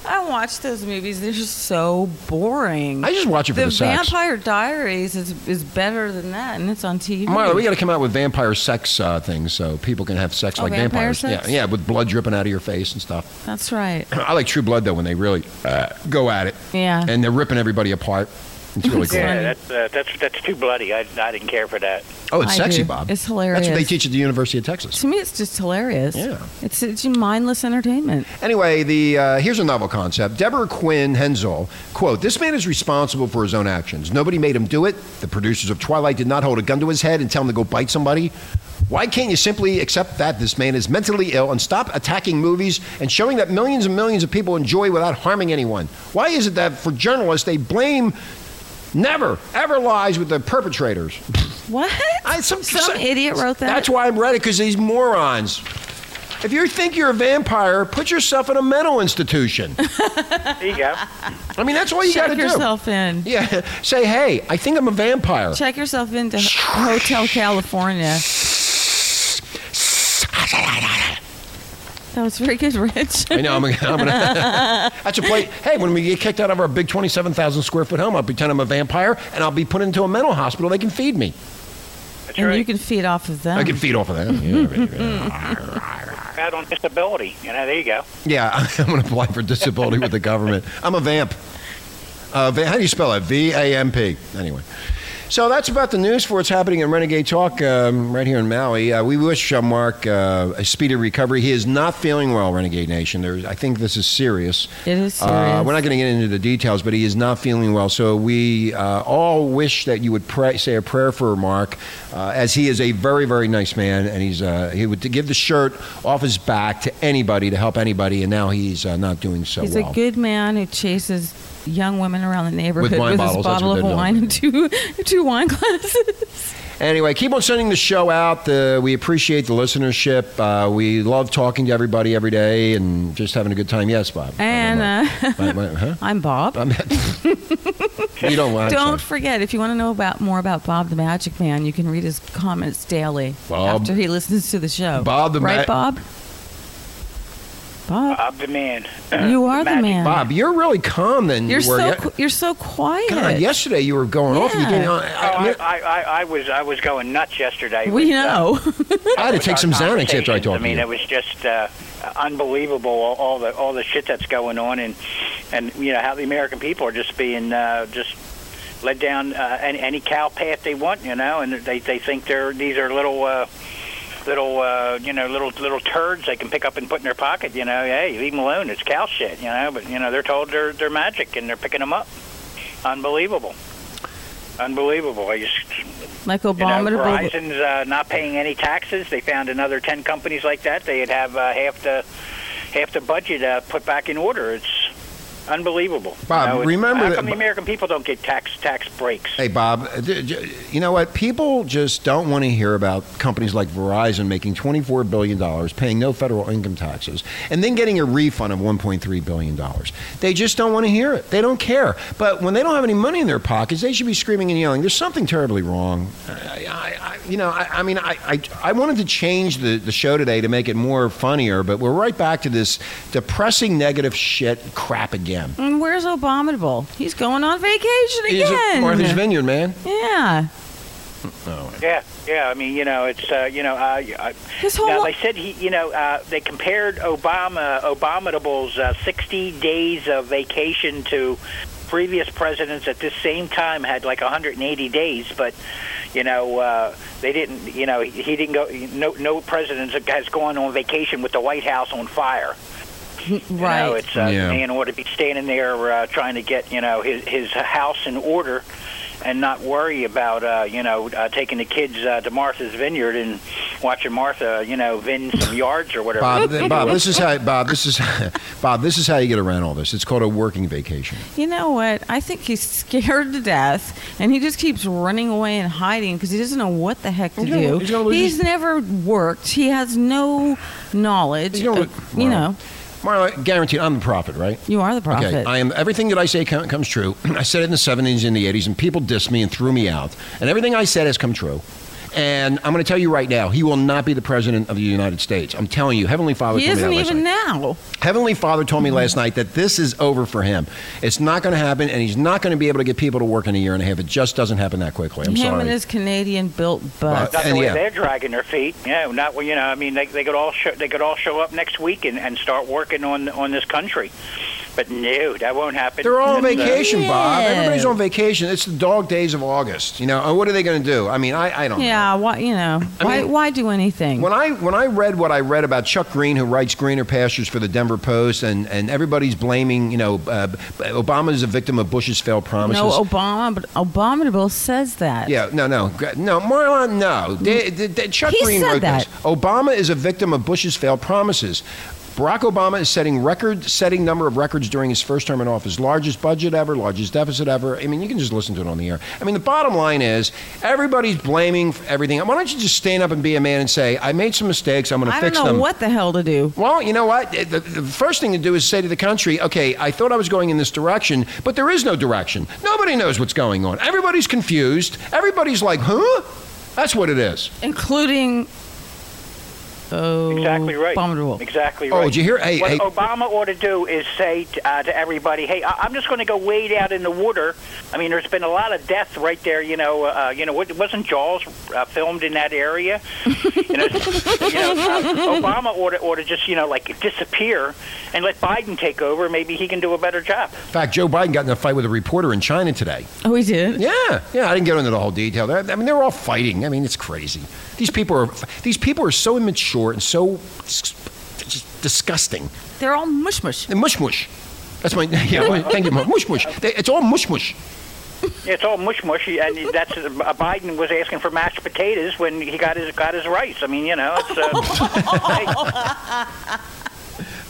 Speaker 9: I watch those movies. They're just so boring.
Speaker 5: I just watch it for the,
Speaker 9: the
Speaker 5: sex.
Speaker 9: Vampire Diaries is, is better than that, and it's on TV.
Speaker 5: Marla, we got to come out with vampire sex uh, things so people can have sex
Speaker 9: Oh,
Speaker 5: like
Speaker 9: vampire
Speaker 5: vampires.
Speaker 9: sex?
Speaker 5: Yeah, yeah, with blood dripping out of your face and stuff.
Speaker 9: That's right.
Speaker 5: I like True Blood though when they really uh, go at it.
Speaker 9: Yeah.
Speaker 5: And they're ripping everybody apart. It's really cool.
Speaker 7: Yeah, that's uh, that's that's too bloody. I, I didn't care for that.
Speaker 5: Oh, it's
Speaker 9: I
Speaker 5: sexy,
Speaker 9: do.
Speaker 5: Bob.
Speaker 9: It's hilarious.
Speaker 5: That's what they teach at the University of Texas.
Speaker 9: To me, it's just hilarious.
Speaker 5: Yeah.
Speaker 9: It's, it's mindless entertainment.
Speaker 5: Anyway, the uh, here's a novel concept. Deborah Quinn Hensel quote: "This man is responsible for his own actions. Nobody made him do it. The producers of Twilight did not hold a gun to his head and tell him to go bite somebody." Why can't you simply accept that this man is mentally ill and stop attacking movies and showing that millions and millions of people enjoy without harming anyone? Why is it that for journalists they blame never ever lies with the perpetrators?
Speaker 9: What?
Speaker 5: I, some,
Speaker 9: Some idiot wrote that?
Speaker 5: That's why I'm ready because these morons. If you think you're a vampire, put yourself in a mental institution.
Speaker 7: There you go.
Speaker 5: I mean, that's all you got to
Speaker 9: Check
Speaker 5: do.
Speaker 9: yourself in.
Speaker 5: Yeah, say, hey, I think I'm a vampire.
Speaker 9: Check yourself into Hotel California. That was very good, Rich.
Speaker 5: I know. I'm, I'm gonna. that's a play. Hey, when we get kicked out of our big 27,000 square foot home, I'll pretend I'm a vampire and I'll be put into a mental hospital. They can feed me.
Speaker 7: That's
Speaker 9: And
Speaker 7: right.
Speaker 9: you can feed off of them.
Speaker 5: I can feed off of that. Yeah, right, right.
Speaker 7: out on disability. You know, there you go.
Speaker 5: Yeah, I'm going to apply for disability with the government. I'm a vamp. Uh, va- how do you spell it? V A M P. Anyway. So that's about the news for what's happening in Renegade Talk um, right here in Maui. Uh, we wish uh, Mark uh, a speedy recovery. He is not feeling well, Renegade Nation. There's, I think this is serious.
Speaker 9: It is
Speaker 5: Uh,
Speaker 9: serious.
Speaker 5: we're not going to get into the details, but he is not feeling well. So we uh, all wish that you would pray, say a prayer for Mark, uh, as he is a very, very nice man, and he's uh, he would give the shirt off his back to anybody to help anybody, and now he's uh, not doing so
Speaker 9: He's
Speaker 5: well.
Speaker 9: a good man who chases young women around the neighborhood
Speaker 5: wine
Speaker 9: with,
Speaker 5: bottles,
Speaker 9: his
Speaker 5: that's
Speaker 9: bottle
Speaker 5: what
Speaker 9: of
Speaker 5: they know.
Speaker 9: wine and two two wine glasses.
Speaker 5: Anyway, keep on sending the show out. Uh, we appreciate the listenership. Uh, we love talking to everybody every day and just having a good time. Yes, Bob.
Speaker 9: And
Speaker 5: I
Speaker 9: uh,
Speaker 5: don't know. Wait, wait, huh?
Speaker 9: I'm Bob.
Speaker 5: I'm- you don't want.
Speaker 9: Don't forget, if you want to know about more about Bob the Magic Man, you can read his comments daily
Speaker 5: Bob-
Speaker 9: after he listens to the show.
Speaker 5: Bob the
Speaker 9: right,
Speaker 5: Ma-
Speaker 9: Bob. Bob,
Speaker 7: Bob the man. Uh,
Speaker 9: you are the
Speaker 7: Magic
Speaker 9: man.
Speaker 5: Bob, you're really calm than
Speaker 9: you're
Speaker 5: you were.
Speaker 9: so
Speaker 5: ye-
Speaker 9: qu- you're so quiet.
Speaker 5: God, yesterday you were going off. You
Speaker 9: Yeah.
Speaker 5: didn't, I,
Speaker 7: Oh,
Speaker 5: I-
Speaker 7: I, I, I, I was I was going nuts yesterday.
Speaker 9: we
Speaker 7: with, uh,
Speaker 9: know.
Speaker 5: I had to
Speaker 7: with
Speaker 5: take
Speaker 7: our
Speaker 5: some Xanax after I
Speaker 7: conversations.
Speaker 5: talked
Speaker 7: I mean,
Speaker 5: to you.
Speaker 7: it was just uh, unbelievable all, all the all the shit that's going on and and you know how the American people are just being uh, just led down uh, any, any cow path they want, you know, and they they think they're these are little. Uh, Little, uh, you know, little little turds they can pick up and put in their pocket. You know, hey, leave them alone. It's cow shit. You know, but you know they're told they're they're magic and they're picking them up. Unbelievable, unbelievable. I just
Speaker 9: Like Obama
Speaker 7: you know,
Speaker 9: to Bul-
Speaker 7: Verizon's uh, not paying any taxes. They found another ten companies like that. They'd have uh, half the half the budget uh, put back in order. It's unbelievable.
Speaker 5: Bob,
Speaker 7: it's-
Speaker 5: remember
Speaker 7: how
Speaker 5: that-
Speaker 7: come the American people don't get tax tax breaks?
Speaker 5: Hey, Bob, uh, d- j- you know what? People just don't want to hear about companies like Verizon making $24 billion, paying no federal income taxes, and then getting a refund of $1.3 billion. They just don't want to hear it. They don't care. But when they don't have any money in their pockets, they should be screaming and yelling. There's something terribly wrong. I, I, I, you know, I, I mean, I, I, I wanted to change the, the show today to make it more funnier, but we're right back to this depressing, negative shit crap again.
Speaker 9: And where's Obama to Bul- He's going on vacation
Speaker 5: He's
Speaker 9: again.
Speaker 5: at Martha's Vineyard, man.
Speaker 9: yeah.
Speaker 5: Oh,
Speaker 7: Yeah, yeah. I mean, you know, it's uh, you know, uh, I,
Speaker 9: His whole
Speaker 7: now
Speaker 9: li-
Speaker 7: they said he, you know, uh, they compared Obama, Obamatable's uh, 60 days of vacation to previous presidents at this same time had like 180 days, but you know, uh, they didn't, you know, he, he didn't go. No, no president has gone on vacation with the White House on fire.
Speaker 9: Right.
Speaker 7: You know, it's uh,
Speaker 5: Yeah.
Speaker 7: man ought to be standing there uh, trying to get you know his his house in order, and not worry about uh, you know uh, taking the kids uh, to Martha's Vineyard and watching Martha you know vin some yards or whatever.
Speaker 5: Bob, th- Bob, this is how Bob, this is Bob, this is how you get around all this. It's called a working vacation.
Speaker 9: You know what? I think he's scared to death, and he just keeps running away and hiding because he doesn't know what the heck to
Speaker 5: He's gonna-
Speaker 9: do.
Speaker 5: he's gonna lose his-
Speaker 9: never worked. He has no knowledge.
Speaker 5: You know,
Speaker 9: of- you know,
Speaker 5: Marla, guaranteed, I'm the prophet, right?
Speaker 9: you are the prophet.
Speaker 5: Okay, I am. Everything that I say com- comes true. I said it in the '70s and the '80s, and people dissed me and threw me out. And everything I said has come true. And I'm going to tell you right now, he will not be the president of the United States. I'm telling you, Heavenly Father.
Speaker 9: he
Speaker 5: told me
Speaker 9: isn't
Speaker 5: that last
Speaker 9: even
Speaker 5: night.
Speaker 9: now.
Speaker 5: Heavenly Father told me last night that this is over for him. It's not going to happen, and he's not going to be able to get people to work in a year and a half. It just doesn't happen that quickly. I'm
Speaker 9: Him
Speaker 5: sorry. E
Speaker 9: and his Canadian built
Speaker 5: But-
Speaker 9: butt.
Speaker 7: Not the
Speaker 5: and
Speaker 7: way
Speaker 5: yeah.
Speaker 7: they're dragging their feet. Yeah, not well, you know. I mean, they, they could all show, they could all show up next week and, and start working on on this country, but no, that won't happen.
Speaker 5: They're all on
Speaker 7: It's, uh,
Speaker 5: vacation, Bob.
Speaker 9: Yeah.
Speaker 5: Everybody's on vacation. It's the dog days of August. You know, and what are they going to do? I mean, I, I don't know.
Speaker 9: yeah, why? You know,
Speaker 5: I
Speaker 9: why?
Speaker 5: mean-
Speaker 9: why do anything?
Speaker 5: When I when I read what I read about Chuck Green, who writes Greener Pastures for the Denver Post, and, and everybody's blaming, you know, uh, Obama is a victim of Bush's failed promises.
Speaker 9: no, Obama, but Abominable says that.
Speaker 5: Yeah, no, no, Gra- no, Marlon, no. They- they- they- Chuck
Speaker 9: He
Speaker 5: Green
Speaker 9: said
Speaker 5: wrote
Speaker 9: that.
Speaker 5: this. Obama is a victim of Bush's failed promises. Barack Obama is setting record-setting number of records during his first term in office. Largest budget ever, largest deficit ever. I mean, you can just listen to it on the air. I mean, the bottom line is everybody's blaming for everything. Why don't you just stand up and be a man and say, "I made some mistakes. I'm going to
Speaker 9: I
Speaker 5: fix
Speaker 9: don't know
Speaker 5: them."
Speaker 9: what the hell to do.
Speaker 5: Well, you know what? The, the first thing to do is say to the country, okay, I thought I was going in this direction, but there is no direction. Nobody knows what's going on. Everybody's confused. Everybody's like, huh? That's what it is.
Speaker 9: including. Oh,
Speaker 7: Exactly right.
Speaker 9: Abominable.
Speaker 7: Exactly
Speaker 5: Oh,
Speaker 7: right.
Speaker 5: did you hear- hey,
Speaker 7: what
Speaker 5: hey.
Speaker 7: Obama ought to do is say t- uh, to everybody, "Hey, I- I'm just going to go wade out in the water." I mean, there's been a lot of death right there. You know, uh, you know, what- wasn't Jaws uh, filmed in that area? You know, you know uh, Obama ought to, ought to just you know like disappear and let Biden take over. Maybe he can do a better job.
Speaker 5: In fact, Joe Biden got in a fight with a reporter in China today.
Speaker 9: Oh, he did.
Speaker 5: Yeah, yeah. I didn't get into the whole detail. there. I mean, they were all fighting. I mean, it's crazy. These people are these people are so immature and so s- just disgusting.
Speaker 9: They're all mush mush.
Speaker 5: They're mush mush. That's my yeah. Thank you, Mom. Mush mush. They, it's all mush mush.
Speaker 7: It's all mush mushy, and that's uh, Biden was asking for mashed potatoes when he got his got his rice. I mean, you know, it's, uh, hey,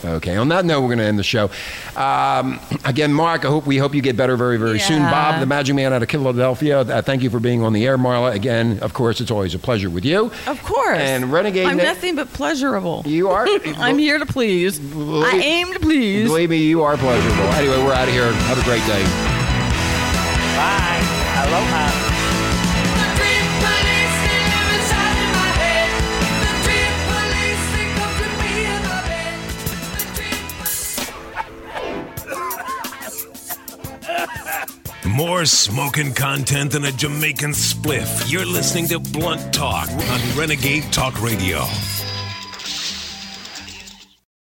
Speaker 5: Okay. On that note, we're going to end the show. Um, again, Mark, I hope we hope you get better very, very soon.
Speaker 9: Yeah.
Speaker 5: Bob, the Magic Man out of Philadelphia, uh, thank you for being on the air, Marla. Again, of course, it's always a pleasure with you.
Speaker 9: Of course.
Speaker 5: And Renegade
Speaker 9: I'm
Speaker 5: Na-
Speaker 9: nothing but pleasurable.
Speaker 5: You are.
Speaker 9: I'm here to please. I aim to please.
Speaker 5: Believe me, you are pleasurable. Anyway, we're out of here. Have a great day.
Speaker 7: bye, aloha.
Speaker 4: More smoking content than a Jamaican spliff. You're listening to Blunt Talk on Renegade Talk Radio.